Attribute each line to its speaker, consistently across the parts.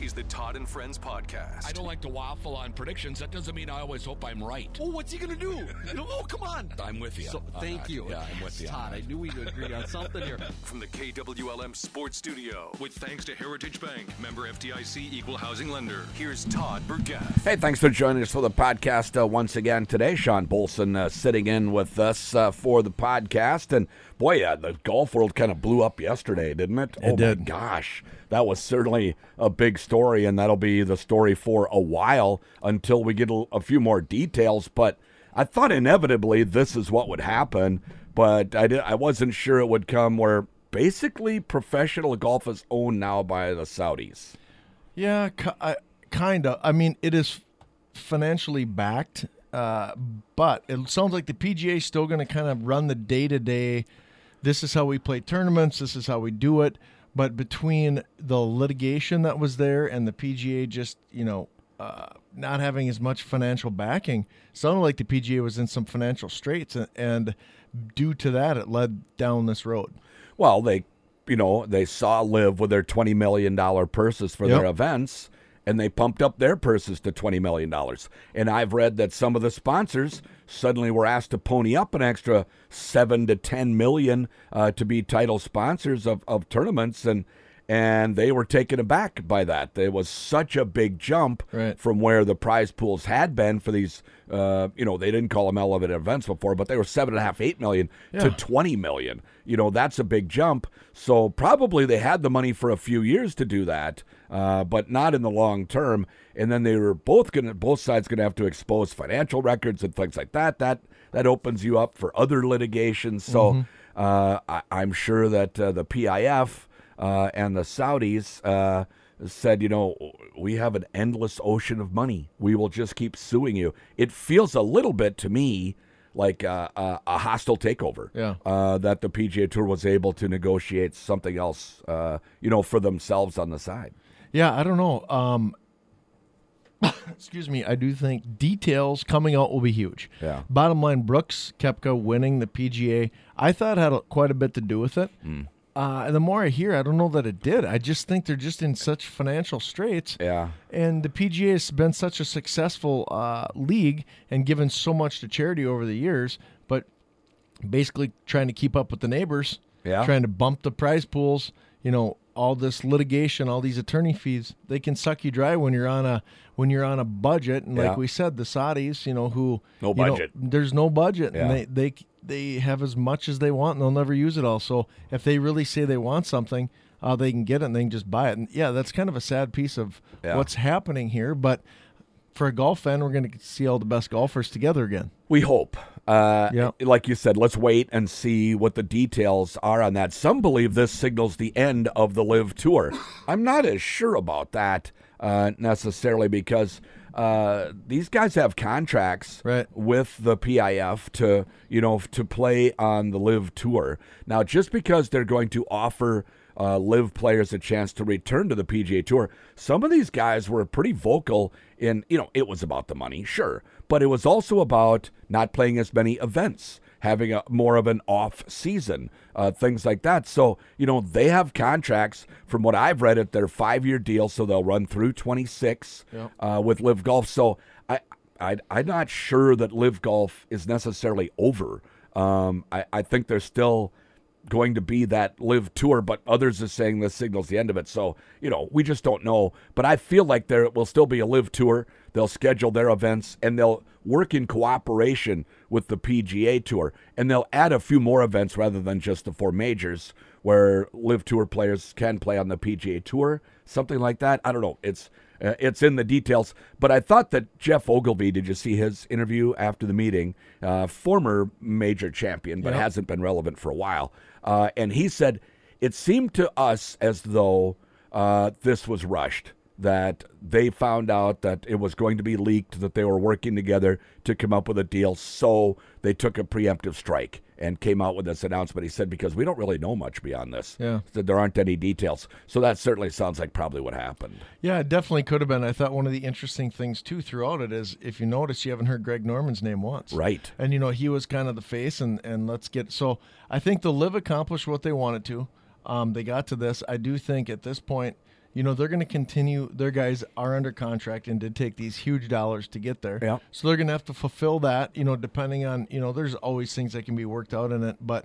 Speaker 1: is the Todd and Friends podcast.
Speaker 2: I don't like to waffle on predictions. That doesn't mean I always hope I'm right.
Speaker 3: Oh, what's he going to do? You know, oh, come on.
Speaker 2: I'm with you.
Speaker 3: So,
Speaker 2: on
Speaker 3: thank
Speaker 2: that.
Speaker 3: you.
Speaker 2: Yeah, I'm with you on
Speaker 3: Todd,
Speaker 2: that.
Speaker 3: I knew we'd agree on something here.
Speaker 1: From the KWLM Sports Studio, with thanks to Heritage Bank, member FDIC equal housing lender. Here's Todd Burgaff.
Speaker 4: Hey, thanks for joining us for the podcast uh, once again today. Sean Bolson uh, sitting in with us uh, for the podcast, and boy, yeah, the golf world kind of blew up yesterday, didn't it? oh my
Speaker 5: did.
Speaker 4: gosh, that was certainly a big story, and that'll be the story for a while until we get a, a few more details. But I thought inevitably this is what would happen, but I did, I wasn't sure it would come where basically professional golf is owned now by the Saudis.
Speaker 5: Yeah, ki- I, kinda. I mean, it is financially backed, uh, but it sounds like the PGA is still going to kind of run the day to day. This is how we play tournaments. This is how we do it. But between the litigation that was there and the PGA just, you know, uh, not having as much financial backing, sounded like the PGA was in some financial straits, and, and due to that, it led down this road.
Speaker 4: Well, they, you know, they saw Live with their twenty million dollar purses for their
Speaker 5: Yep.
Speaker 4: events, and they pumped up their purses to twenty million dollars. And I've read that some of the sponsors suddenly were asked to pony up an extra seven to ten million uh, to be title sponsors of, of tournaments, and and they were taken aback by that. It was such a big jump
Speaker 5: Right.
Speaker 4: from where the prize pools had been for these. Uh, you know, they didn't call them elevated events before, but they were seven and a half, eight million
Speaker 5: Yeah.
Speaker 4: to 20 million. You know, that's a big jump. So probably they had the money for a few years to do that, uh, but not in the long term. And then they were both going to, both sides going to have to expose financial records and things like that. That, that opens you up for other litigation. So uh, I, I'm sure that uh, the PIF uh, and the Saudis uh, said, you know, we have an endless ocean of money. We will just keep suing you. It feels a little bit to me like uh, uh, a hostile takeover.
Speaker 5: Yeah.
Speaker 4: Uh, that the PGA Tour was able to negotiate something else, uh, you know, for themselves on the side.
Speaker 5: Yeah, I don't know. Um, excuse me. I do think details coming out will be huge.
Speaker 4: Yeah.
Speaker 5: Bottom line, Brooks Kepka winning the PGA, I thought had a, quite a bit to do with it.
Speaker 4: Hmm.
Speaker 5: Uh, and the more I hear, I don't know that it did. I just think they're just in such financial straits.
Speaker 4: Yeah.
Speaker 5: And the PGA has been such a successful uh, league and given so much to charity over the years, but basically trying to keep up with the neighbors,
Speaker 4: Yeah.
Speaker 5: trying to bump the prize pools, you know, all this litigation, all these attorney fees, they can suck you dry when you're on a when you're on a budget. And
Speaker 4: Yeah.
Speaker 5: like we said, the Saudis, you know, who
Speaker 4: No
Speaker 5: you know,
Speaker 4: budget.
Speaker 5: there's no budget,
Speaker 4: Yeah.
Speaker 5: and they they they have as much as they want, and they'll never use it all. So if they really say they want something, uh, they can get it, and they can just buy it. And yeah, that's kind of a sad piece of
Speaker 4: Yeah.
Speaker 5: what's happening here, but. For a golf fan, we're going to see all the best golfers together again.
Speaker 4: We hope. Uh,
Speaker 5: Yeah.
Speaker 4: Like you said, let's wait and see what the details are on that. Some believe this signals the end of the live tour. I'm not as sure about that uh, necessarily because uh, these guys have contracts
Speaker 5: Right.
Speaker 4: with the PIF to you know to play on the live tour. Now, just because they're going to offer uh, live players a chance to return to the PGA Tour, some of these guys were pretty vocal in you know it was about the money, sure, but it was also about not playing as many events. Having a more of an off season, uh, things like that. So you know they have contracts. From what I've read, it they're five year deals, so they'll run through twenty six
Speaker 5: Yep.
Speaker 4: uh, with Live Golf. So I, I, I'm not sure that live golf is necessarily over. Um, I, I think there's still going to be that live tour, but others are saying this signals the end of it. So, you know, we just don't know. But I feel like there will still be a live tour. They'll schedule their events and they'll work in cooperation with the PGA Tour. And they'll add a few more events rather than just the four majors where live tour players can play on the PGA Tour, something like that. I don't know. It's uh, it's in the details. But I thought that Jeff Ogilvy, did you see his interview after the meeting? Uh, former major champion, but hasn't been relevant for a while. Uh, and he said, it seemed to us as though uh, this was rushed, that they found out that it was going to be leaked, that they were working together to come up with a deal. So they took a preemptive strike and came out with this announcement. He said, because we don't really know much beyond this.
Speaker 5: Yeah.
Speaker 4: Said there aren't any details. So that certainly sounds like probably what happened.
Speaker 5: Yeah, it definitely could have been. I thought one of the interesting things too throughout it is if you notice you haven't heard Greg Norman's name once.
Speaker 4: Right.
Speaker 5: And you know, he was kind of the face and and let's get so I think the live accomplished what they wanted to. Um, they got to this. I do think at this point you know they're going to continue. Their guys are under contract and did take these huge dollars to get there.
Speaker 4: Yeah.
Speaker 5: So they're going to have to fulfill that. You know, depending on you know, there's always things that can be worked out in it, but.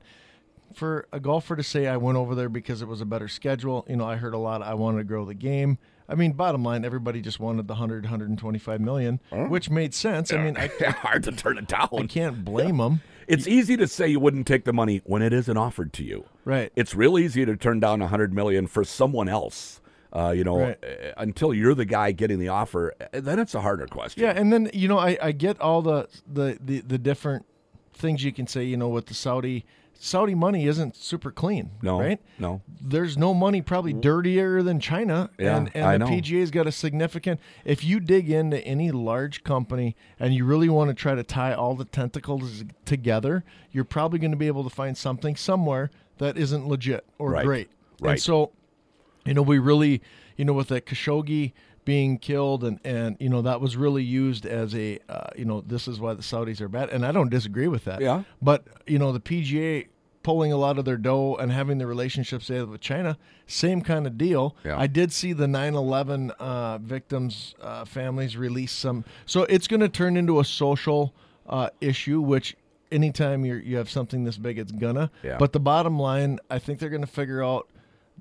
Speaker 5: For a golfer to say I went over there because it was a better schedule, you know, I heard a lot. I wanted to grow the game. I mean, bottom line, everybody just wanted the 100, 125 million, which made sense. I mean, I,
Speaker 4: Hard to turn it
Speaker 5: I
Speaker 4: down.
Speaker 5: can't blame them.
Speaker 4: It's easy to say you wouldn't take the money when it isn't offered to you.
Speaker 5: Right.
Speaker 4: It's real easy to turn down a hundred million for someone else. Uh, you know,
Speaker 5: Right.
Speaker 4: uh, until you're the guy getting the offer, uh, then it's a harder question.
Speaker 5: Yeah, and then you know I, I get all the, the the the different things you can say. You know, with the Saudi Saudi money isn't super clean.
Speaker 4: No,
Speaker 5: right?
Speaker 4: no.
Speaker 5: There's no money probably dirtier than China.
Speaker 4: Yeah,
Speaker 5: and, and
Speaker 4: I
Speaker 5: the
Speaker 4: know.
Speaker 5: PGA's got a significant. If you dig into any large company and you really want to try to tie all the tentacles together, you're probably going to be able to find something somewhere that isn't legit or
Speaker 4: Right,
Speaker 5: great.
Speaker 4: right.
Speaker 5: And so you know, we really, you know, with the Khashoggi being killed and, and, you know, that was really used as a, uh, you know, this is why the Saudis are bad. And I don't disagree with that.
Speaker 4: Yeah.
Speaker 5: But, you know, the PGA pulling a lot of their dough and having the relationships they have with China, same kind of deal.
Speaker 4: Yeah.
Speaker 5: I did see the 9 11 uh, victims' uh, families release some. So it's going to turn into a social uh, issue, which anytime you're, you have something this big, it's gonna.
Speaker 4: Yeah.
Speaker 5: But the bottom line, I think they're going to figure out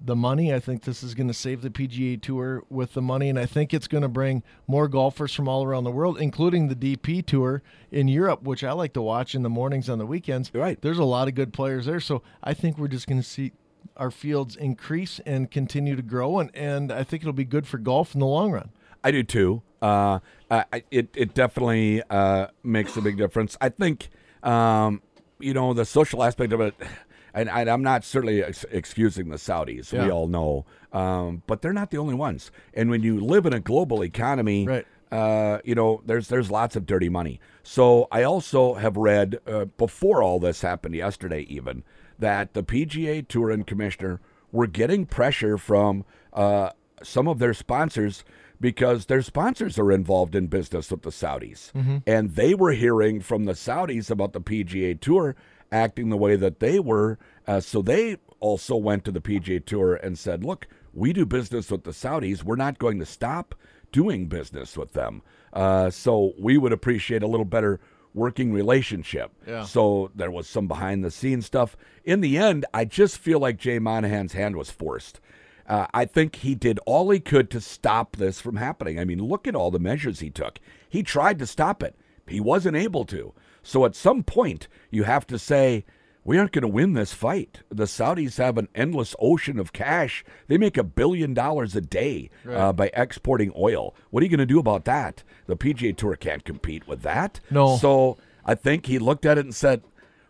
Speaker 5: the money. I think this is going to save the PGA Tour with the money, and I think it's going to bring more golfers from all around the world, including the DP Tour in Europe, which I like to watch in the mornings on the weekends.
Speaker 4: Right.
Speaker 5: There's a lot of good players there, so I think we're just going to see our fields increase and continue to grow, and and I think it'll be good for golf in the long run.
Speaker 4: I do too. Uh, I, I- it it definitely uh, makes a big difference. I think um, you know the social aspect of it, and, and I'm not certainly ex- excusing the Saudis. We
Speaker 5: Yeah.
Speaker 4: all know, um, but they're not the only ones. And when you live in a global economy,
Speaker 5: Right.
Speaker 4: uh, you know, there's there's lots of dirty money. So I also have read uh, before all this happened yesterday, even that the PGA Tour and Commissioner were getting pressure from uh, some of their sponsors because their sponsors are involved in business with the Saudis, and they were hearing from the Saudis about the PGA Tour acting the way that they were. Uh, so they also went to the PGA Tour and said, "Look, we do business with the Saudis. We're not going to stop." doing business with them. Uh, so we would appreciate a little better working relationship.
Speaker 5: Yeah.
Speaker 4: So there was some behind the scenes stuff. In the end, I just feel like Jay Monahan's hand was forced. Uh, I think he did all he could to stop this from happening. I mean, look at all the measures he took. He tried to stop it, he wasn't able to. So at some point, you have to say, we aren't going to win this fight. The Saudis have an endless ocean of cash. They make a billion dollars a day uh, by exporting oil. What are you going to do about that? The PGA Tour can't compete with that.
Speaker 5: No.
Speaker 4: So I think he looked at it and said,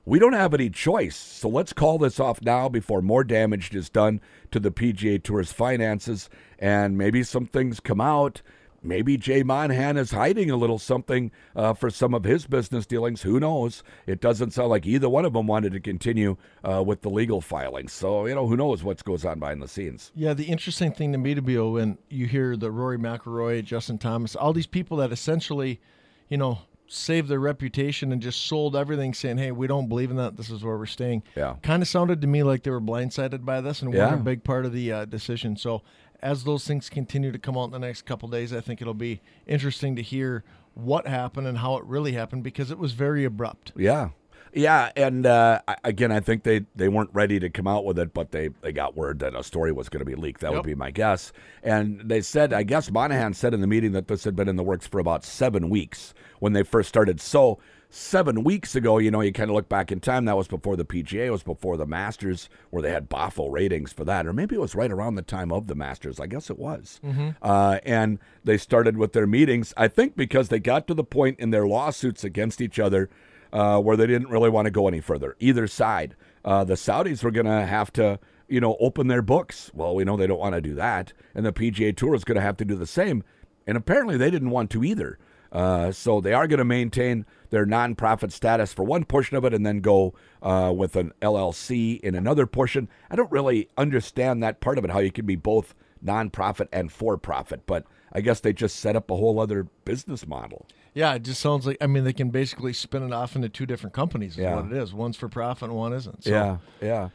Speaker 4: we don't have any choice, so let's call this off now before more damage is done to the PGA Tour's finances and maybe some things come out. Maybe Jay Monahan is hiding a little something uh, for some of his business dealings. Who knows? It doesn't sound like either one of them wanted to continue uh, with the legal filings. So, you know, who knows what goes on behind the scenes.
Speaker 5: Yeah, the interesting thing to me to be oh, when you hear the Rory McIlroy, Justin Thomas, all these people that essentially, you know, saved their reputation and just sold everything, saying, "Hey, we don't believe in that. This is where we're staying."
Speaker 4: Yeah.
Speaker 5: kind of sounded to me like they were blindsided by this and
Speaker 4: Yeah.
Speaker 5: weren't a big part of the uh, decision. So, as those things continue to come out in the next couple days, I think it'll be interesting to hear what happened and how it really happened because it was very abrupt.
Speaker 4: Yeah. Yeah, and uh, I- again, I think they, they weren't ready to come out with it, but they, they got word that a story was going to be leaked. That would
Speaker 5: Yep.
Speaker 4: be my guess. And they said, I guess Monahan said in the meeting that this had been in the works for about seven weeks when they first started. So seven weeks ago, you know, you kind of look back in time. That was before the PGA, it was before the Masters, where they had Boffo ratings for that, or maybe it was right around the time of the Masters. I guess it was. Uh, and they started with their meetings, I think, because they got to the point in their lawsuits against each other uh, where they didn't really want to go any further. Either side, uh, the Saudis were going to have to, you know, open their books. Well, we know they don't want to do that, and the PGA Tour is going to have to do the same. And apparently, they didn't want to either. Uh, so they are going to maintain their nonprofit status for one portion of it, and then go uh, with an LLC in another portion. I don't really understand that part of it. How you can be both nonprofit and for profit, but I guess they just set up a whole other business model.
Speaker 5: Yeah, it just sounds like I mean they can basically spin it off into two different companies. Is
Speaker 4: Yeah.
Speaker 5: what it is. One's for profit, and one isn't. So.
Speaker 4: Yeah, yeah.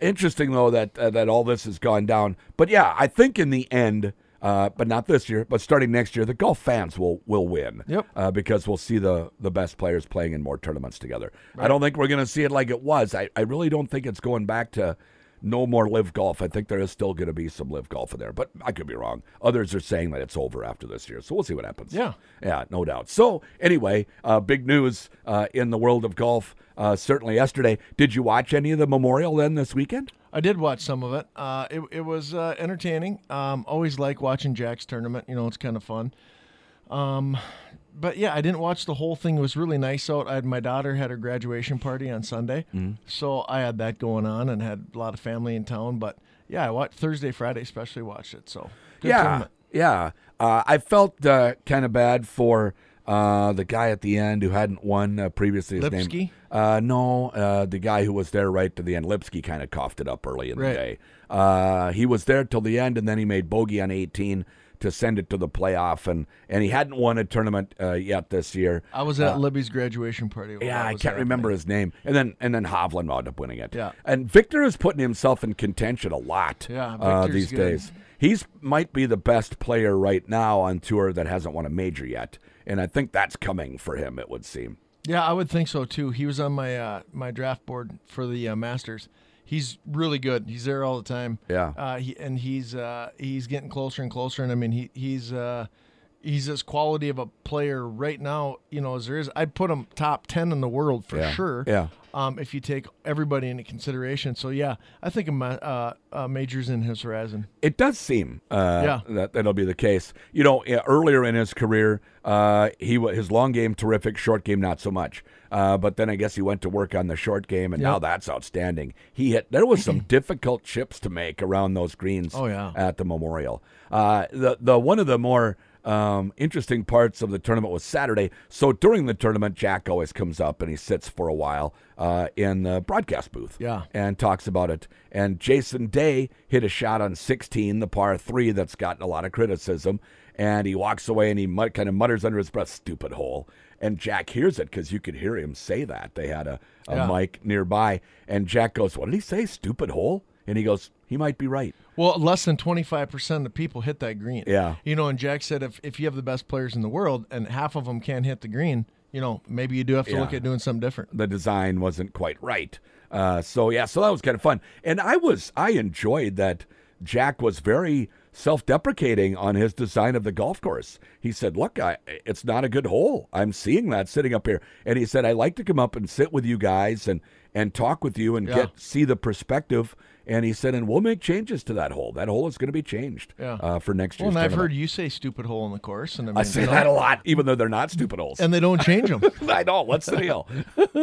Speaker 4: Interesting though that uh, that all this has gone down. But yeah, I think in the end, uh, but not this year, but starting next year, the golf fans will will win.
Speaker 5: Yep.
Speaker 4: Uh, because we'll see the the best players playing in more tournaments together. I don't think we're going to see it like it was. I, I really don't think it's going back to no more live golf. I think there is still going to be some live golf in there, but I could be wrong. Others are saying that it's over after this year, so we'll see what happens.
Speaker 5: Yeah.
Speaker 4: yeah, no doubt. So anyway, uh, big news uh, in the world of golf. Uh, certainly yesterday. Did you watch any of the memorial then this weekend?
Speaker 5: I did watch some of it. Uh, it, it was uh, entertaining. Um, always like watching Jack's tournament. You know, it's kind of fun. Um, but yeah, I didn't watch the whole thing. It was really nice out. I had my daughter had her graduation party on Sunday,
Speaker 4: Mm-hmm.
Speaker 5: so I had that going on and had a lot of family in town. But yeah, I watched Thursday, Friday, especially watched it. So good
Speaker 4: yeah,
Speaker 5: tournament.
Speaker 4: yeah. Uh, I felt uh, kind of bad for uh, the guy at the end who hadn't won uh, previously. His name,
Speaker 5: Lipsky?
Speaker 4: uh, no, uh, the guy who was there right to the end. Lipsky kind of coughed it up early in the
Speaker 5: Right.
Speaker 4: day. Uh, he was there till the end, and then he made bogey on 18 to send it to the playoff, and and he hadn't won a tournament uh, yet this year.
Speaker 5: I was at Libby's graduation party. when
Speaker 4: Yeah,
Speaker 5: that
Speaker 4: I
Speaker 5: was
Speaker 4: can't
Speaker 5: happening.
Speaker 4: remember his name. And then and then Hovland wound up winning it.
Speaker 5: Yeah.
Speaker 4: And Victor is putting himself in contention a lot.
Speaker 5: Yeah,
Speaker 4: uh,
Speaker 5: Victor's
Speaker 4: these
Speaker 5: good.
Speaker 4: days. He's might be the best player right now on tour that hasn't won a major yet. And I think that's coming for him, it would seem.
Speaker 5: Yeah, I would think so too. He was on my uh, my draft board for the uh, Masters. He's really good. He's there all the time.
Speaker 4: Yeah.
Speaker 5: Uh, he, and he's uh, he's getting closer and closer. And I mean, he he's uh, he's as quality of a player right now, you know, as there is. I'd put him top ten in the world for
Speaker 4: Yeah.
Speaker 5: sure.
Speaker 4: Yeah.
Speaker 5: Um, if you take everybody into consideration, so yeah, I think a ma- uh, uh, majors in his horizon.
Speaker 4: It does seem uh,
Speaker 5: Yeah.
Speaker 4: that that'll be the case. You know, e- earlier in his career, uh, he wa- his long game terrific, short game not so much. Uh, but then I guess he went to work on the short game, and now that's outstanding. He hit there was some difficult chips to make around those greens.
Speaker 5: Oh, yeah.
Speaker 4: at the Memorial. Uh, the the one of the more um, interesting parts of the tournament was Saturday. So during the tournament, Jack always comes up and he sits for a while uh, in the broadcast booth
Speaker 5: Yeah.
Speaker 4: and talks about it. And Jason Day hit a shot on 16, the par three that's gotten a lot of criticism. And he walks away and he mut- kind of mutters under his breath, stupid hole. And Jack hears it because you could hear him say that. They had a, a
Speaker 5: Yeah.
Speaker 4: mic nearby. And Jack goes, What did he say? Stupid hole? And he goes, He might be right.
Speaker 5: Well, less than 25% of the people hit that green.
Speaker 4: Yeah.
Speaker 5: You know, and Jack said if, if you have the best players in the world and half of them can't hit the green, you know, maybe you do have to look
Speaker 4: Yeah.
Speaker 5: at doing something different.
Speaker 4: the design wasn't quite right. Uh, so yeah, so that was kind of fun, and I was I enjoyed that. Jack was very self-deprecating on his design of the golf course. He said, "Look, I, it's not a good hole. I'm seeing that sitting up here." And he said, "I like to come up and sit with you guys and and talk with you and
Speaker 5: Yeah.
Speaker 4: get see the perspective." And he said, "And we'll make changes to that hole. That hole is going to be changed
Speaker 5: Yeah.
Speaker 4: uh, for next year."
Speaker 5: Well, and I've heard you say stupid hole in the course. And I, mean,
Speaker 4: I say
Speaker 5: you know,
Speaker 4: that a lot, even though they're not stupid holes.
Speaker 5: And they don't change them.
Speaker 4: I know. What's the deal?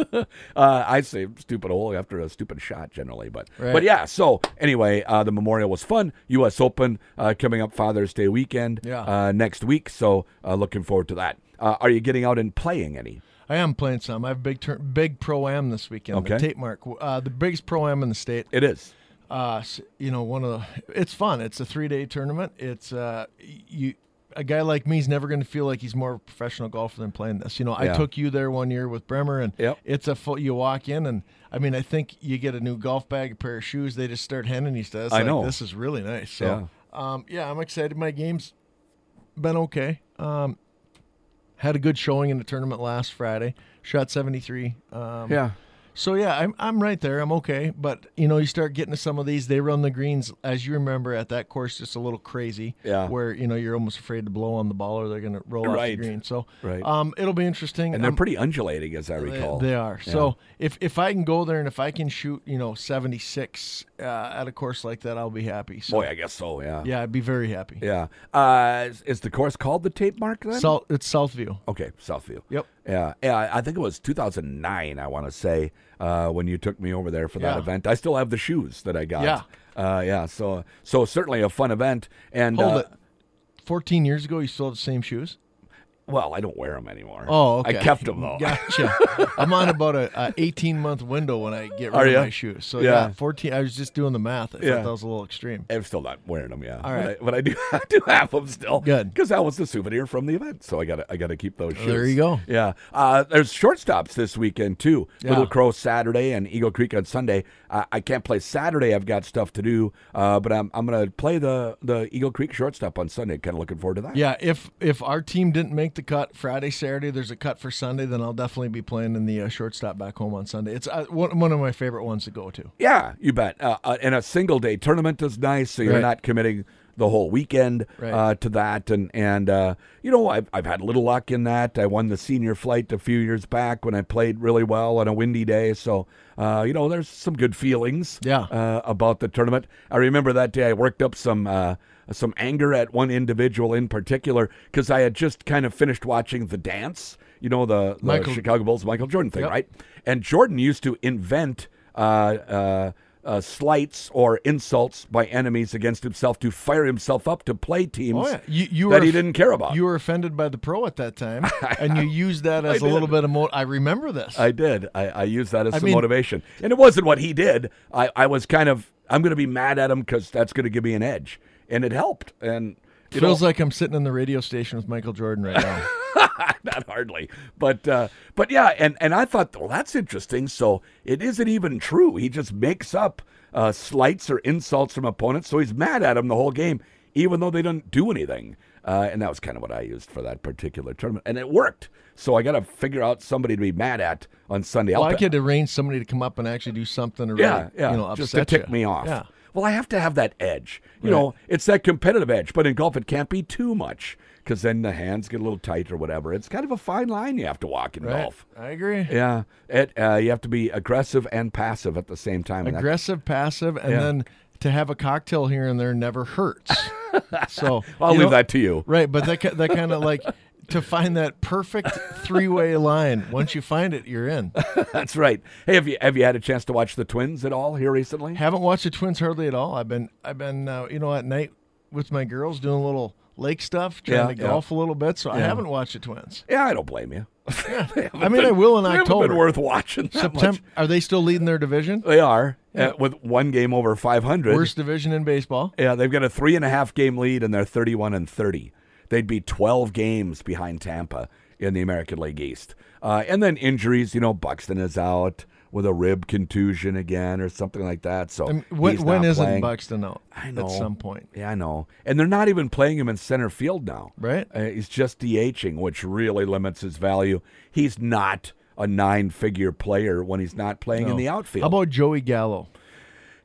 Speaker 4: uh, I say stupid hole after a stupid shot generally, but but
Speaker 5: Right.
Speaker 4: yeah. So anyway, uh, the memorial was fun. U.S. Open uh, coming up Father's Day weekend
Speaker 5: Yeah.
Speaker 4: uh, next week. So uh, looking forward to that. Uh, are you getting out and playing any?
Speaker 5: I am playing some. I have a big, tur big pro am this weekend. The
Speaker 4: Okay.
Speaker 5: tape mark. Uh, the biggest pro am in the state.
Speaker 4: It is.
Speaker 5: uh, s- you know, one of the, it's fun. It's a three day tournament. It's, uh, you, a guy like me is never going to feel like he's more of a professional golfer than playing this. You know,
Speaker 4: Yeah.
Speaker 5: I took you there one year with Bremer, and
Speaker 4: Yep.
Speaker 5: it's a full, you walk in, and I mean, I think you get a new golf bag, a pair of shoes. They just start handing you stuff. It's
Speaker 4: I
Speaker 5: like,
Speaker 4: know.
Speaker 5: This is really nice. So, um, yeah, I'm excited. My game's been okay. Um, had a good showing in the tournament last Friday. Shot 73. Um, so yeah, I'm I'm right there. I'm okay, but you know, you start getting to some of these. They run the greens, as you remember, at that course, just a little crazy.
Speaker 4: Yeah.
Speaker 5: Where you know you're almost afraid to blow on the ball, or they're going to roll off the
Speaker 4: Right.
Speaker 5: green. So
Speaker 4: Right.
Speaker 5: um, it'll be interesting.
Speaker 4: and they're
Speaker 5: I'm-
Speaker 4: pretty undulating, as I recall.
Speaker 5: they, they are. So if if I can go there and if I can shoot, you know, 76 uh, at a course like that, I'll be happy. So
Speaker 4: Boy, I guess so. Yeah.
Speaker 5: yeah, I'd be very happy.
Speaker 4: Yeah. Uh, is, is the course called the Tape Mark then?
Speaker 5: South, it's Southview.
Speaker 4: Okay, Southview.
Speaker 5: Yep.
Speaker 4: Yeah, yeah. I think it was 2009. I want to say uh, when you took me over there for that
Speaker 5: Yeah.
Speaker 4: event. I still have the shoes that I got.
Speaker 5: Yeah.
Speaker 4: Uh, yeah. So, so certainly a fun event. And
Speaker 5: Hold
Speaker 4: uh,
Speaker 5: it. 14 years ago, you still have the same shoes.
Speaker 4: Well, I don't wear them anymore.
Speaker 5: Oh, okay.
Speaker 4: I kept them though.
Speaker 5: Gotcha. I'm on about a, a 18 month window when I get rid
Speaker 4: Are
Speaker 5: of
Speaker 4: ya?
Speaker 5: my shoes. So
Speaker 4: Yeah.
Speaker 5: yeah. 14. I was just doing the math. I
Speaker 4: Yeah.
Speaker 5: thought that was a little extreme.
Speaker 4: I'm still not wearing them. Yeah. All
Speaker 5: right.
Speaker 4: But I, but I do. I do have them still.
Speaker 5: Good.
Speaker 4: Because that was the souvenir from the event, so I got to. I got to keep those. Shoes.
Speaker 5: There you go.
Speaker 4: Yeah. Uh, there's shortstops this weekend too. Little
Speaker 5: Yeah.
Speaker 4: Crow Saturday and Eagle Creek on Sunday. I, I can't play Saturday. I've got stuff to do. Uh, but I'm I'm gonna play the the Eagle Creek shortstop on Sunday. Kind of looking forward to that.
Speaker 5: Yeah, if if our team didn't make the cut Friday, Saturday, there's a cut for Sunday, then I'll definitely be playing in the uh, shortstop back home on Sunday. It's uh, one, one of my favorite ones to go to.
Speaker 4: Yeah, you bet. Uh, uh, and a single day tournament is nice, so you're
Speaker 5: Right.
Speaker 4: not committing the whole weekend
Speaker 5: Right.
Speaker 4: uh, to that. And and uh, you know, I've I've had a little luck in that. I won the senior flight a few years back when I played really well on a windy day. So uh, you know, there's some good feelings.
Speaker 5: Yeah.
Speaker 4: Uh, about the tournament, I remember that day I worked up some. Uh, some anger at one individual in particular because I had just kind of finished watching the dance, you know, the, the
Speaker 5: Michael-
Speaker 4: Chicago Bulls Michael Jordan thing,
Speaker 5: Yep.
Speaker 4: right? And Jordan used to invent uh, uh, uh, slights or insults by enemies against himself to fire himself up to play teams
Speaker 5: Oh yeah, you, you
Speaker 4: that
Speaker 5: were
Speaker 4: he
Speaker 5: off-
Speaker 4: didn't care about.
Speaker 5: You were offended by the pro at that time, and you used that as a
Speaker 4: did.
Speaker 5: little bit of mo. I remember this.
Speaker 4: I did. I, I used that as
Speaker 5: I
Speaker 4: some
Speaker 5: mean-
Speaker 4: motivation. And it wasn't what he did. I, I was kind of, I'm going to be mad at him because that's going to give me an edge. And it helped. And you know,
Speaker 5: Feels like I'm sitting in the radio station with Michael Jordan right now.
Speaker 4: not hardly but uh but yeah and and i thought well that's interesting so it isn't even true he just makes up uh slights or insults from opponents so he's mad at him the whole game even though they don't do anything uh and that was kind of what i used for that particular tournament and it worked so i gotta figure out somebody to be mad at on sunday
Speaker 5: well,
Speaker 4: I'll
Speaker 5: I
Speaker 4: pa-
Speaker 5: could arrange somebody to come up and actually do something to really,
Speaker 4: yeah yeah
Speaker 5: you know, upset
Speaker 4: just to tick
Speaker 5: ya.
Speaker 4: me off
Speaker 5: Yeah.
Speaker 4: well i have to have that edge you know it's that competitive edge but in golf it can't be too much because then the hands get a little tight or whatever it's kind of a fine line you have to walk in
Speaker 5: Right.
Speaker 4: golf
Speaker 5: I agree.
Speaker 4: Yeah, it, uh, you have to be aggressive and passive at the same time. and that-
Speaker 5: aggressive, passive, and
Speaker 4: Yeah.
Speaker 5: then to have a cocktail here and there never hurts. so
Speaker 4: I'll
Speaker 5: you
Speaker 4: leave
Speaker 5: know-
Speaker 4: that to you.
Speaker 5: Right, but that ki- that kind of like to find that perfect three way line. Once you find it, you're in.
Speaker 4: That's right. Hey, have you have you had a chance to watch the Twins at all here recently?
Speaker 5: Haven't watched the Twins hardly at all. I've been I've been uh, you know at night with my girls doing a little lake stuff, trying
Speaker 4: Yeah,
Speaker 5: to
Speaker 4: yeah.
Speaker 5: golf a little bit. So I haven't watched the Twins.
Speaker 4: Yeah, I don't blame you.
Speaker 5: I mean, I will in
Speaker 4: They haven't
Speaker 5: October.
Speaker 4: been worth watching. that
Speaker 5: September.
Speaker 4: much.
Speaker 5: Are they still leading their division?
Speaker 4: They are uh, with one game over five hundred.
Speaker 5: Worst division in baseball.
Speaker 4: Yeah, they've got a three and a half game lead, and they're thirty-one and thirty. They'd be twelve games behind Tampa in the American League East. Uh, and then injuries, you know, Buxton is out with a rib contusion again or something like that. So
Speaker 5: I mean, when
Speaker 4: he's
Speaker 5: when
Speaker 4: not
Speaker 5: isn't
Speaker 4: playing.
Speaker 5: Buxton out?
Speaker 4: I know.
Speaker 5: At some point.
Speaker 4: Yeah, I know. And they're not even playing him in center field now.
Speaker 5: Right.
Speaker 4: Uh, he's just DHing, which really limits his value. He's not a nine figure player when he's not playing in
Speaker 5: No.
Speaker 4: the outfield.
Speaker 5: How about Joey Gallo?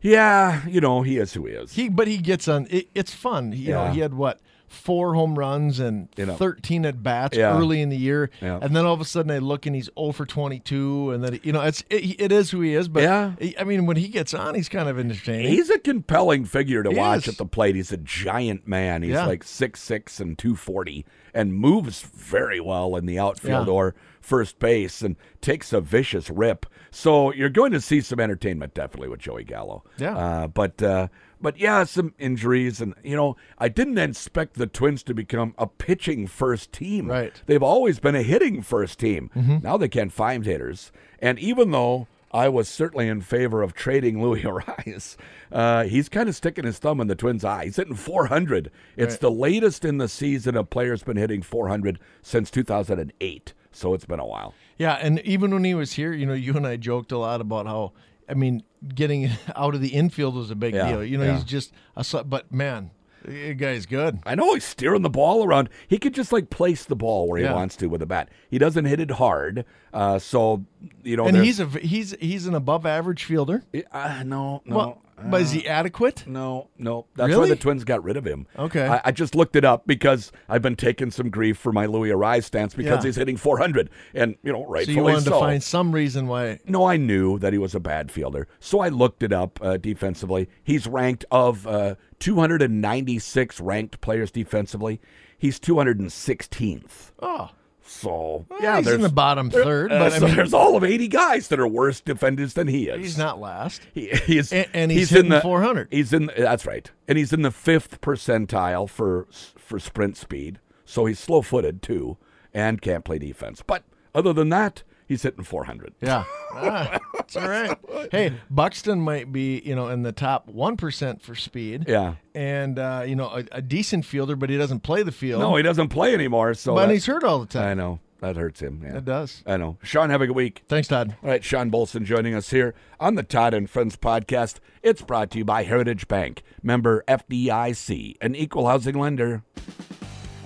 Speaker 4: yeah, you know, he is who he is.
Speaker 5: He, but he gets on. It, it's fun. You
Speaker 4: Yeah.
Speaker 5: know, he had what four home runs and
Speaker 4: You know.
Speaker 5: thirteen at bats
Speaker 4: Yeah.
Speaker 5: early in the year,
Speaker 4: Yeah.
Speaker 5: and then all of a sudden I look and he's zero for twenty two, and then you know it's it, it is who he is. But
Speaker 4: Yeah.
Speaker 5: he- I mean, when he gets on, he's kind of entertaining.
Speaker 4: He's a compelling figure to
Speaker 5: He
Speaker 4: watch
Speaker 5: is.
Speaker 4: at the plate. He's a giant man. He's
Speaker 5: Yeah.
Speaker 4: like six six and two forty, and moves very well in the outfield
Speaker 5: Yeah.
Speaker 4: or first base, and takes a vicious rip. So you're going to see some entertainment definitely with Joey Gallo.
Speaker 5: Yeah.
Speaker 4: uh, but uh, but yeah, some injuries, and you know I didn't expect the Twins to become a pitching first team.
Speaker 5: Right. Mm-hmm.
Speaker 4: They've always been a hitting first team. Now they can't find hitters. And even though I was certainly in favor of trading Louis Arise, uh, he's kind of sticking his thumb in the Twins' eye. He's hitting 400. It's the latest in the season a player's been hitting 400 since 2008. So it's been a while.
Speaker 5: yeah, and even when he was here, you know, you and I joked a lot about how. I mean, getting out of the infield was a big
Speaker 4: Yeah,
Speaker 5: deal. You know,
Speaker 4: yeah.
Speaker 5: he's just a. sl- But man, the guy's good.
Speaker 4: I know he's steering the ball around. He could just like place the ball where he
Speaker 5: Yeah.
Speaker 4: wants to with a bat. He doesn't hit it hard. Uh, so, you know,
Speaker 5: And
Speaker 4: there's-
Speaker 5: he's a v- he's he's an above average fielder.
Speaker 4: uh, no, no. uh,
Speaker 5: well, but is he adequate?
Speaker 4: No, no. That's why
Speaker 5: Really?
Speaker 4: the Twins got rid of him.
Speaker 5: Okay.
Speaker 4: I, I just looked it up because I've been taking some grief for my Louis Arise stance because
Speaker 5: Yeah.
Speaker 4: he's hitting 400, and you know,
Speaker 5: So
Speaker 4: rightfully
Speaker 5: you wanted to find some reason why
Speaker 4: no, I knew that he was a bad fielder, so I looked it up uh, defensively. He's ranked of uh, 296 ranked players defensively. He's 216th.
Speaker 5: Oh,
Speaker 4: So
Speaker 5: Well,
Speaker 4: yeah,
Speaker 5: he's in
Speaker 4: there's-
Speaker 5: the bottom third,
Speaker 4: uh,
Speaker 5: but I
Speaker 4: so
Speaker 5: mean-
Speaker 4: there's all of 80 guys that are worse defenders than he is.
Speaker 5: he's not last.
Speaker 4: He, he's
Speaker 5: And- and he's hitting 400.
Speaker 4: He's in that's right, and he's in the fifth percentile for for sprint speed. So he's slow footed too, and can't play defense. But other than that, he's hitting 400.
Speaker 5: Yeah. Ah, that's all right. Hey, Buxton might be, you know, in the top 1% for speed.
Speaker 4: Yeah.
Speaker 5: And, uh, you know, a, a decent fielder, but he doesn't play the field.
Speaker 4: No, he doesn't play anymore. So
Speaker 5: but
Speaker 4: that-
Speaker 5: he's hurt all the time.
Speaker 4: I know that hurts him. Yeah.
Speaker 5: It does.
Speaker 4: I know. Sean, have a good week.
Speaker 5: Thanks, Todd.
Speaker 4: All right, Sean Bolson joining us here on the Todd and Friends podcast. It's brought to you by Heritage Bank, member FDIC, an equal housing lender.